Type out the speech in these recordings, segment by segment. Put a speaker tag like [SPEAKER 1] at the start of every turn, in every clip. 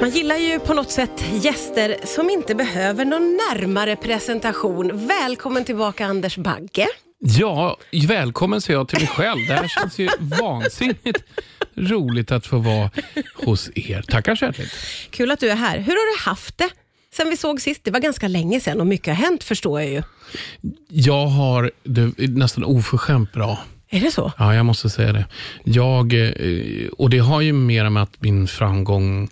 [SPEAKER 1] Man gillar ju på något sätt gäster som inte behöver någon närmare presentation. Välkommen tillbaka Anders Bagge.
[SPEAKER 2] Ja, välkommen säger jag till mig själv. Det här känns ju vansinnigt roligt att få vara hos er. Tackar så hjärtligt.
[SPEAKER 1] Kul att du är här. Hur har du haft det sen vi såg sist? Det var ganska länge sedan och mycket har hänt förstår jag ju.
[SPEAKER 2] Jag har det är nästan oförskämt bra.
[SPEAKER 1] Är det så?
[SPEAKER 2] Ja, jag måste säga det. Jag, eh, och det har ju mer med att min framgång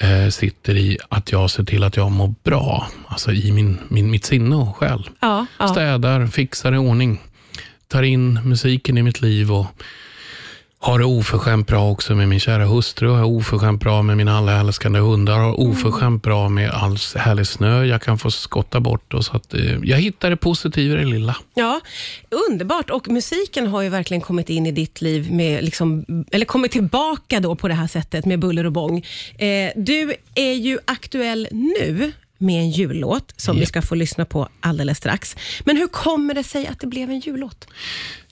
[SPEAKER 2] eh, sitter i att jag ser till att jag mår bra. Alltså i min, min, mitt sinne och själ.
[SPEAKER 1] Ja. ja.
[SPEAKER 2] städar, fixar i ordning, tar in musiken i mitt liv och har det oförskämt bra också med min kära hustru, har oförskämt bra med mina alla älskande hundar, har
[SPEAKER 1] Mm.
[SPEAKER 2] oförskämt bra med all härlig snö jag kan få skotta bort. Och så att, eh, jag hittar det positiva i det lilla.
[SPEAKER 1] ja. Underbart. Och musiken har ju verkligen kommit in i ditt liv, med liksom, eller kommit tillbaka då på det här sättet med buller och bång. Eh, du är ju aktuell nu med en jullåt som vi
[SPEAKER 2] Ja.
[SPEAKER 1] ska få lyssna på alldeles strax. Men hur kommer det sig att det blev en jullåt?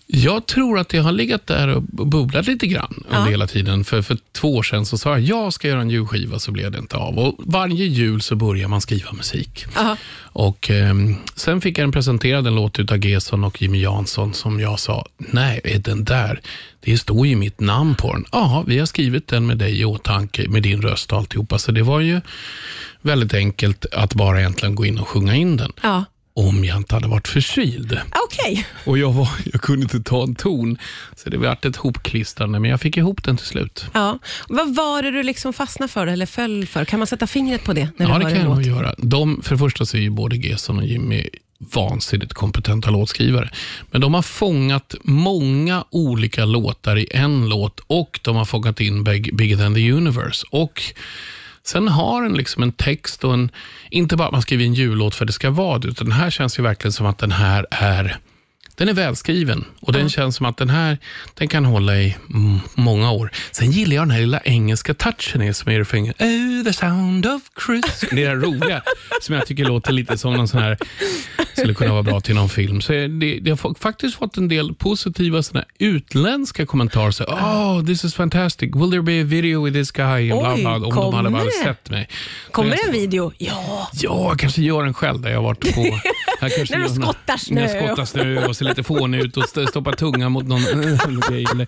[SPEAKER 2] Jag tror att jag har legat där och bubblat lite grann under
[SPEAKER 1] Ja.
[SPEAKER 2] hela tiden. För, för två år sedan så sa jag jag ska göra en julskiva, så blev det inte av. Och varje jul så börjar man skriva musik.
[SPEAKER 1] Ja.
[SPEAKER 2] Och ehm, Sen fick jag den presenterad, en låt utav Gesson och Jimmy Jansson, som jag sa, nej, är den där? Det står ju mitt namn på den. Ja, vi har skrivit den med dig i åtanke, med din röst och alltihopa. Så det var ju väldigt enkelt att bara egentligen gå in och sjunga in den.
[SPEAKER 1] Ja.
[SPEAKER 2] Om jag inte hade varit förkyld.
[SPEAKER 1] Okej.
[SPEAKER 2] Och jag, var, jag kunde inte ta en ton, så det vart ett hopklistrande, men jag fick ihop den till slut.
[SPEAKER 1] Ja. Vad var det du liksom fastnade för eller föll för? Kan man sätta fingret på det? När
[SPEAKER 2] Ja,
[SPEAKER 1] du hör
[SPEAKER 2] det kan
[SPEAKER 1] en
[SPEAKER 2] jag
[SPEAKER 1] låt?
[SPEAKER 2] nog göra. De, för det första så är ju både Gesson och Jimmy vansinnigt kompetenta låtskrivare. Men de har fångat många olika låtar i en låt och de har fångat in Big, Bigger than the universe. Och Sen har den liksom en text och en, inte bara att man skriver en jullåt för det ska vara det, utan den här känns ju verkligen som att den här är den är välskriven och den känns som att den här den kan hålla i mm, många år. Sen gillar jag den här lilla engelska touchen i som är i fingret. Oh, the sound of Christmas. Det är det roliga som jag tycker låter lite som någon sån här, skulle kunna vara bra till någon film. Så det, det har fa- faktiskt fått en del positiva såna här utländska kommentarer. Så, oh, this is fantastic. Will there be a video with this guy? Och bla,
[SPEAKER 1] Oj,
[SPEAKER 2] bla, om de hade bara
[SPEAKER 1] kommer det?
[SPEAKER 2] sett mig.
[SPEAKER 1] Kommer
[SPEAKER 2] Så
[SPEAKER 1] det
[SPEAKER 2] jag-
[SPEAKER 1] en video? Ja.
[SPEAKER 2] Ja, jag kanske gör en själv där jag har varit på. Jag kanske
[SPEAKER 1] När du
[SPEAKER 2] gör någon-
[SPEAKER 1] skottar snö.
[SPEAKER 2] När jag skottar snö och ser lite fånig ut och st- stoppar tungan mot någon eller grej, eller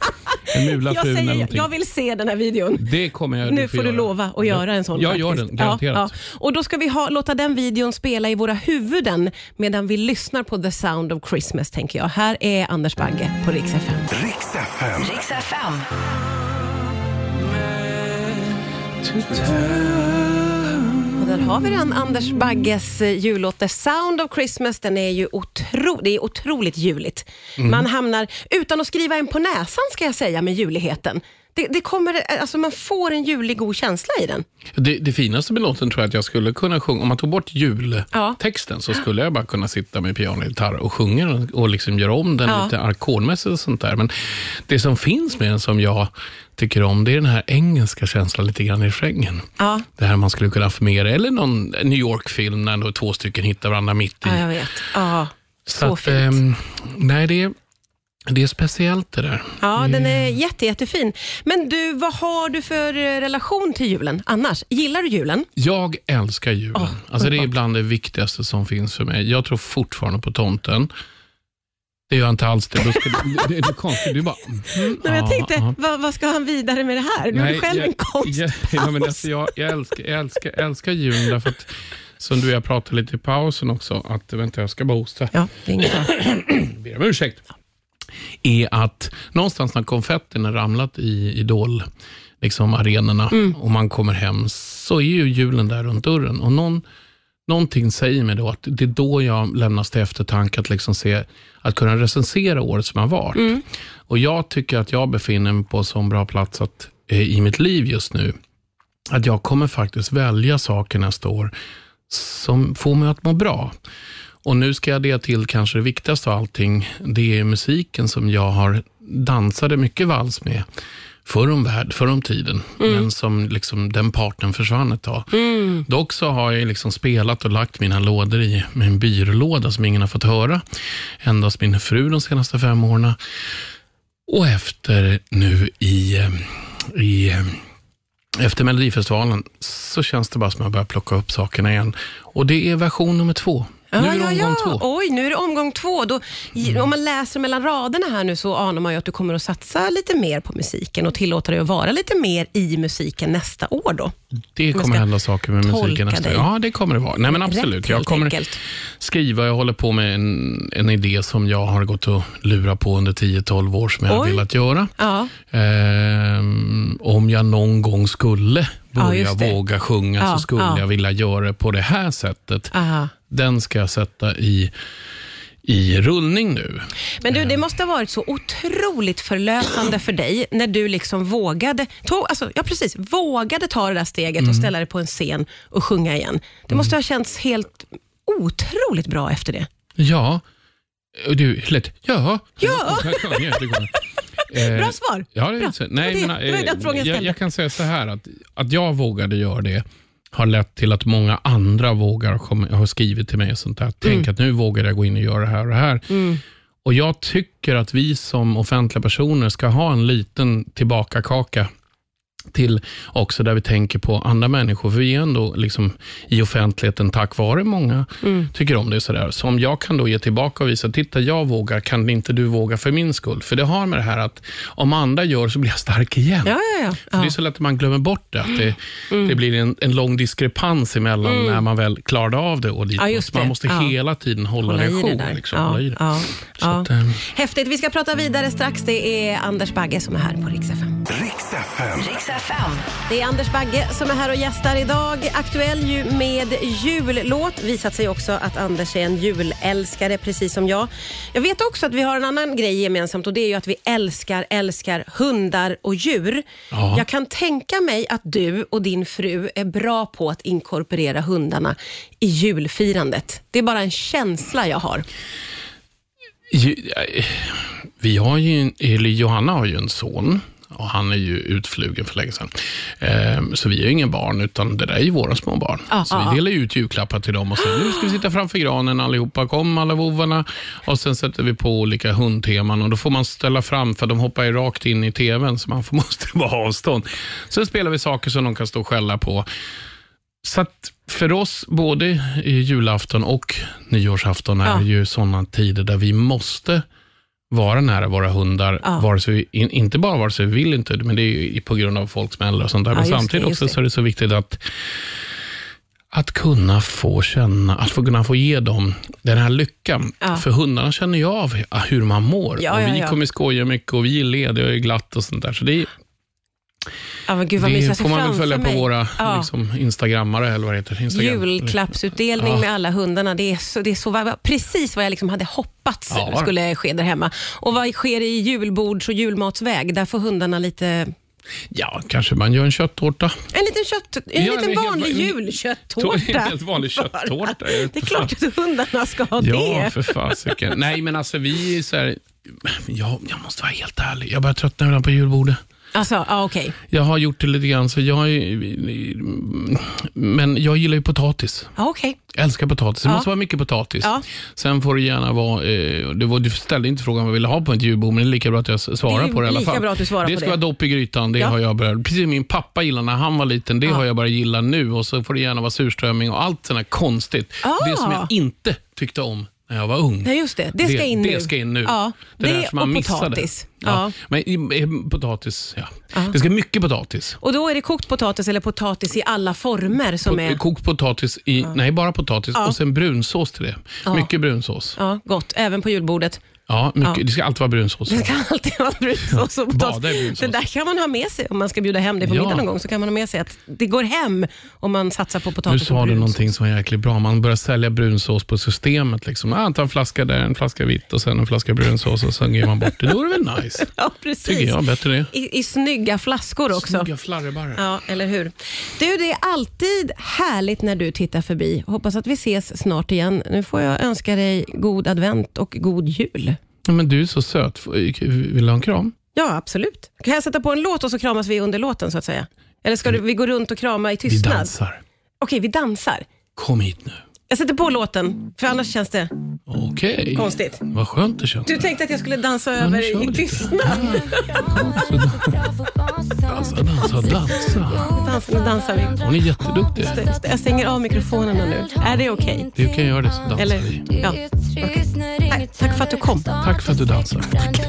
[SPEAKER 2] en mula
[SPEAKER 1] Jag,
[SPEAKER 2] frun eller
[SPEAKER 1] säger,
[SPEAKER 2] någonting.
[SPEAKER 1] jag vill se den här videon.
[SPEAKER 2] Det kommer jag
[SPEAKER 1] Nu får du
[SPEAKER 2] göra.
[SPEAKER 1] lova att göra en sån.
[SPEAKER 2] Jag gör
[SPEAKER 1] faktiskt.
[SPEAKER 2] den, garanterat.
[SPEAKER 1] Ja, ja. Och Då ska vi ha, låta den videon spela i våra huvuden medan vi lyssnar på The Sound of Christmas, tänker jag. Här är Anders Bagge på Rix FM.
[SPEAKER 3] Riks FM.
[SPEAKER 4] Riks FM.
[SPEAKER 1] Och där har vi den, Anders Bagges eh, jullåt The Sound of Christmas. Den är ju otro, det är otroligt juligt.
[SPEAKER 2] Mm.
[SPEAKER 1] Man hamnar, utan att skriva en på näsan ska jag säga, med juligheten. Det, det kommer, alltså man får en julig god känsla i den.
[SPEAKER 2] Det, det finaste med låten tror jag att jag skulle kunna sjunga, om man tog bort
[SPEAKER 1] Ja.
[SPEAKER 2] jultexten så skulle jag bara kunna sitta med piano och gitarr och sjunga den och liksom göra om den
[SPEAKER 1] Ja.
[SPEAKER 2] lite ackordmässigt och sånt där. Men det som finns med den som jag tycker om, det är den här engelska känslan lite grann i refrängen.
[SPEAKER 1] Ja.
[SPEAKER 2] Det här man skulle kunna förmera, eller någon New York-film när då två stycken hittar varandra mitt i.
[SPEAKER 1] Ja, jag vet. Ja, så
[SPEAKER 2] att,
[SPEAKER 1] fint.
[SPEAKER 2] ehm, nej, det är, det är speciellt det där.
[SPEAKER 1] ja, den är
[SPEAKER 2] Eh.
[SPEAKER 1] jätte, jättefin. Men du, vad har du för eh, relation till julen annars? Gillar du julen?
[SPEAKER 2] Jag älskar julen. alltså det är bland det viktigaste som finns för mig. Jag tror fortfarande på tomten. Det gör jag inte alls. Det, Då skulle, det, det är konstigt. Du bara... Mm,
[SPEAKER 1] Nej, men jag
[SPEAKER 2] ja,
[SPEAKER 1] tänkte,
[SPEAKER 2] ja.
[SPEAKER 1] vad, vad ska han vidare med det här? Du är själv en konstpaus.
[SPEAKER 2] jag, ja, men alltså, jag, jag, älskar, jag älskar, älskar julen därför att, som du och jag pratade lite i pausen också, att, vänta jag ska bara hosta.
[SPEAKER 1] Ja, det är inget bra.
[SPEAKER 2] ber om ursäkt, är att någonstans när konfettin har ramlat i idol, liksom arenorna och man kommer hem, så är ju julen där runt dörren. Och någon, någonting säger mig då att det är då jag lämnas till eftertanke att, liksom se, att kunna recensera året som har varit. Och jag tycker att jag befinner mig på en sån bra plats att, eh, i mitt liv just nu, att jag kommer faktiskt välja saker nästa år som får mig att må bra. Och nu ska jag det till kanske det viktigaste av allting. Det är musiken som jag har dansade mycket vals med förr om, värld, förr om tiden,
[SPEAKER 1] Mm.
[SPEAKER 2] men som liksom den parten försvann ett tag. Dock så har jag liksom spelat och lagt mina lådor i min byrålåda som ingen har fått höra. Endast min fru de senaste fem åren. Och efter nu i, eh, i eh, efter Melodifestivalen så känns det bara som att jag börjar plocka upp sakerna igen. Och det är version nummer två.
[SPEAKER 1] Ja,
[SPEAKER 2] nu är det
[SPEAKER 1] ja,
[SPEAKER 2] omgång
[SPEAKER 1] ja.
[SPEAKER 2] två. Mm.
[SPEAKER 1] Oj, nu är det omgång två. Då, Om man läser mellan raderna här nu så anar man ju att du kommer att satsa lite mer på musiken och tillåta dig att vara lite mer i musiken nästa år då.
[SPEAKER 2] Det
[SPEAKER 1] man
[SPEAKER 2] kommer
[SPEAKER 1] ska
[SPEAKER 2] hända saker med
[SPEAKER 1] tolka
[SPEAKER 2] musiken nästa
[SPEAKER 1] dig.
[SPEAKER 2] år. Ja, det kommer det vara. Nej, men absolut.
[SPEAKER 1] Rätt,
[SPEAKER 2] jag
[SPEAKER 1] helt
[SPEAKER 2] kommer
[SPEAKER 1] enkelt.
[SPEAKER 2] skriva. Jag håller på med en, en idé som jag har gått och lurat på under 10-12 år som jag har
[SPEAKER 1] Oj.
[SPEAKER 2] velat göra.
[SPEAKER 1] Ja.
[SPEAKER 2] Ehm, om jag någon gång skulle
[SPEAKER 1] Ja,
[SPEAKER 2] börja
[SPEAKER 1] just det.
[SPEAKER 2] våga sjunga
[SPEAKER 1] Ja,
[SPEAKER 2] så skulle
[SPEAKER 1] ja.
[SPEAKER 2] jag vilja göra det på det här sättet.
[SPEAKER 1] Aha.
[SPEAKER 2] Den ska jag sätta i, i rullning nu.
[SPEAKER 1] Men du, det måste ha varit så otroligt förlösande för dig när du liksom vågade, tog, alltså, ja, precis, vågade ta det där steget
[SPEAKER 2] Mm.
[SPEAKER 1] och ställa dig på en scen och sjunga igen. Det måste ha känts helt otroligt bra efter det.
[SPEAKER 2] Ja, och du, lätt. Ja.
[SPEAKER 1] Ja.
[SPEAKER 2] Jag kan ju inte gå. Eh,
[SPEAKER 1] Bra svar.
[SPEAKER 2] Ja, det är
[SPEAKER 1] Bra.
[SPEAKER 2] så. Nej,
[SPEAKER 1] Det-
[SPEAKER 2] men, eh,
[SPEAKER 1] det var ju den frågan jag
[SPEAKER 2] jag, jag,
[SPEAKER 1] ställde.
[SPEAKER 2] kan säga så här att, att jag vågade göra det har lett till att många andra vågar och kommer- har skrivit till mig och sånt där. Tänk
[SPEAKER 1] Mm.
[SPEAKER 2] att nu vågar jag gå in och göra det här och det här. Och jag tycker att vi som offentliga personer ska ha en liten tillbakakaka till också där vi tänker på andra människor. För vi är ändå liksom i offentligheten tack vare många
[SPEAKER 1] Mm.
[SPEAKER 2] tycker om det. och Sådär. Så om jag kan då ge tillbaka och visa, titta jag vågar, kan inte du våga för min skull? För det har med det här att om andra gör så blir jag stark igen.
[SPEAKER 1] Ja, ja, ja.
[SPEAKER 2] För Det är
[SPEAKER 1] ja. Mm.
[SPEAKER 2] så lätt att man glömmer bort det, att det, det blir en, en lång diskrepans emellan när man väl klarade av det och dit.
[SPEAKER 1] Ja, just
[SPEAKER 2] Man
[SPEAKER 1] det.
[SPEAKER 2] måste
[SPEAKER 1] Ja.
[SPEAKER 2] hela tiden hålla,
[SPEAKER 1] Hålla
[SPEAKER 2] det
[SPEAKER 1] i det
[SPEAKER 2] ajour.
[SPEAKER 1] där.
[SPEAKER 2] Liksom,
[SPEAKER 1] Ja,
[SPEAKER 2] hålla i det.
[SPEAKER 1] ja,
[SPEAKER 2] Så
[SPEAKER 1] ja.
[SPEAKER 2] att, ehm,
[SPEAKER 1] Häftigt. Vi ska prata vidare strax. Det är Anders Bagge som är här på Rix FM.
[SPEAKER 3] Riks FM.
[SPEAKER 4] Riks FM.
[SPEAKER 1] Det är Anders Bagge som är här och gästar idag. Aktuell ju med jullåt. Visat sig också att Anders är en julälskare, precis som jag. Jag vet också att vi har en annan grej gemensamt och det är ju att vi älskar, älskar hundar och djur.
[SPEAKER 2] Ja.
[SPEAKER 1] Jag kan tänka mig att du och din fru är bra på att inkorporera hundarna i julfirandet. Det är bara en känsla jag har.
[SPEAKER 2] Ju- eh, Vi har ju, en- eller Johanna har ju en son och han är ju utflugen för länge sedan. Ehm, Så vi har ju ingen barn, utan det där är ju våra små barn.
[SPEAKER 1] Ah,
[SPEAKER 2] så
[SPEAKER 1] ah, ah.
[SPEAKER 2] vi delar ju ut julklappar till dem och säger, nu ska vi sitta framför granen allihopa, kom alla vovarna. Och sen sätter vi på olika hundteman och då får man ställa fram, för de hoppar ju rakt in i tvn, så man får- måste vara avstånd. Sen spelar vi saker som de kan stå och skälla på. Så att för oss, både i julafton och nyårsafton, är
[SPEAKER 1] Ja.
[SPEAKER 2] ju sådana tider där vi måste vara nära våra hundar,
[SPEAKER 1] Ja.
[SPEAKER 2] vare sig vi, in, inte bara vare sig vi vill inte, men det är ju på grund av folk som är äldre och sånt där.
[SPEAKER 1] Ja,
[SPEAKER 2] men
[SPEAKER 1] just det,
[SPEAKER 2] samtidigt
[SPEAKER 1] just
[SPEAKER 2] också
[SPEAKER 1] det.
[SPEAKER 2] så är det så viktigt att, att kunna få känna, att få kunna få ge dem den här lyckan.
[SPEAKER 1] Ja.
[SPEAKER 2] För hundarna känner ju av hur man mår.
[SPEAKER 1] Ja,
[SPEAKER 2] och
[SPEAKER 1] ja,
[SPEAKER 2] vi
[SPEAKER 1] ja.
[SPEAKER 2] kommer skoja mycket och vi är lediga och är glatt och sånt där. Så det,
[SPEAKER 1] Ja, men gud vad mysigt. Jag
[SPEAKER 2] det
[SPEAKER 1] ser
[SPEAKER 2] får man väl
[SPEAKER 1] framför
[SPEAKER 2] följa på
[SPEAKER 1] mig.
[SPEAKER 2] våra
[SPEAKER 1] Ja.
[SPEAKER 2] liksom, instagrammare, eller vad det heter. Instagram. Mm.
[SPEAKER 1] Julklappsutdelning
[SPEAKER 2] Ja.
[SPEAKER 1] med alla hundarna. Det är, så, det är så, vad- precis vad jag liksom hade hoppats
[SPEAKER 2] Ja.
[SPEAKER 1] skulle ske där hemma. Och vad sker i julbords och julmatsväg? Där får hundarna lite...
[SPEAKER 2] Ja, kanske man gör en kötttårta.
[SPEAKER 1] En liten, kött, en
[SPEAKER 2] Ja,
[SPEAKER 1] liten
[SPEAKER 2] en helt-
[SPEAKER 1] vanlig
[SPEAKER 2] en-
[SPEAKER 1] julkötttårta.
[SPEAKER 2] en helt vanlig kötttårta, jag vet
[SPEAKER 1] Det är
[SPEAKER 2] inte
[SPEAKER 1] klart att hundarna ska ha
[SPEAKER 2] Ja,
[SPEAKER 1] det.
[SPEAKER 2] för fasiken. Nej, men alltså vi är så här... Jag, jag måste vara helt ärlig, jag börjar tröttna ibland på julbordet.
[SPEAKER 1] Alltså, ja, okej.
[SPEAKER 2] Jag har gjort det lite grann, så jag är, men jag gillar ju potatis.
[SPEAKER 1] Ja, okej.
[SPEAKER 2] Jag älskar potatis. Det
[SPEAKER 1] Ja.
[SPEAKER 2] måste vara mycket potatis.
[SPEAKER 1] Ja.
[SPEAKER 2] Sen får det gärna vara... Eh, det var, du ställde inte frågan vad jag ville ha på ett julbord, men det är lika bra att jag s- svarar
[SPEAKER 1] Det är
[SPEAKER 2] på det i alla
[SPEAKER 1] lika
[SPEAKER 2] fall.
[SPEAKER 1] bra att du svarar
[SPEAKER 2] det
[SPEAKER 1] på
[SPEAKER 2] ska
[SPEAKER 1] det.
[SPEAKER 2] vara dopp i grytan, det
[SPEAKER 1] Ja.
[SPEAKER 2] har jag börjat... Precis som min pappa gillade när han var liten, det har jag börjat gilla nu. Och så får det gärna vara surströmming och allt sånt här konstigt.
[SPEAKER 1] Ah.
[SPEAKER 2] Det som jag inte tyckte om när jag var ung.
[SPEAKER 1] Nej, just det. Det ska in nu.
[SPEAKER 2] Det ska in nu.
[SPEAKER 1] Ja, det,
[SPEAKER 2] där som man
[SPEAKER 1] och
[SPEAKER 2] missade.
[SPEAKER 1] potatis.
[SPEAKER 2] Ja.
[SPEAKER 1] Ja.
[SPEAKER 2] Men i- i- potatis, ja. Det ska mycket potatis.
[SPEAKER 1] Och då är det kokt potatis eller potatis i alla former som är...
[SPEAKER 2] Kokt potatis i, nej bara potatis och sen brunsås till det. Mycket brunsås.
[SPEAKER 1] Ja, gott. Även på julbordet.
[SPEAKER 2] Ja, mycket, det ska alltid vara brunsås.
[SPEAKER 1] Det kan alltid vara brunsås och potatis.
[SPEAKER 2] Bada i brunsås.
[SPEAKER 1] Det där kan man ha med sig om man ska bjuda hem det på
[SPEAKER 2] Ja.
[SPEAKER 1] middag någon gång. Så kan man ha med sig att det går hem om man satsar på
[SPEAKER 2] Nu
[SPEAKER 1] potatis och
[SPEAKER 2] sa du
[SPEAKER 1] brunsås.
[SPEAKER 2] någonting som var jäkligt bra. Man börjar sälja brunsås på systemet. Liksom. Ah, ta en flaska där, en flaska vitt och sen en flaska brunsås och sen ger man bort det. Då är det väl nice?
[SPEAKER 1] Ja, precis.
[SPEAKER 2] Tycker jag, bättre det.
[SPEAKER 1] I, I snygga flaskor också.
[SPEAKER 2] Snygga flarrebarrar.
[SPEAKER 1] Ja, eller hur. Du, det är alltid härligt när du tittar förbi. Hoppas att vi ses snart igen. Nu får jag önska dig god advent och god jul.
[SPEAKER 2] Ja, Men du är så söt. Får- Vill du ha en kram?
[SPEAKER 1] Ja, absolut. Kan jag sätta på en låt och så kramas vi under låten så att säga? Eller ska du, vi gå runt och krama i
[SPEAKER 2] Mm. Vi
[SPEAKER 1] tystnad?
[SPEAKER 2] dansar.
[SPEAKER 1] Okej, vi dansar.
[SPEAKER 2] Kom hit nu.
[SPEAKER 1] Jag sätter på låten, för annars känns det
[SPEAKER 2] Okej.
[SPEAKER 1] konstigt.
[SPEAKER 2] Vad skönt det känns.
[SPEAKER 1] Du tänkte att jag skulle dansa
[SPEAKER 2] nu
[SPEAKER 1] över
[SPEAKER 2] kör vi
[SPEAKER 1] i
[SPEAKER 2] lite.
[SPEAKER 1] tystnad.
[SPEAKER 5] Sådär.
[SPEAKER 2] Ah, Dansa, dansa, dansa.
[SPEAKER 1] Dansa, nu dansar vi.
[SPEAKER 2] Hon är jätteduktig.
[SPEAKER 1] Just det, Jag stänger av mikrofonerna nu. Är det okej?
[SPEAKER 2] Du kan göra det så dansar
[SPEAKER 1] Eller,
[SPEAKER 2] vi.
[SPEAKER 1] ja.
[SPEAKER 3] Tack,
[SPEAKER 1] Tack för att du kom.
[SPEAKER 2] Tack för att du dansar.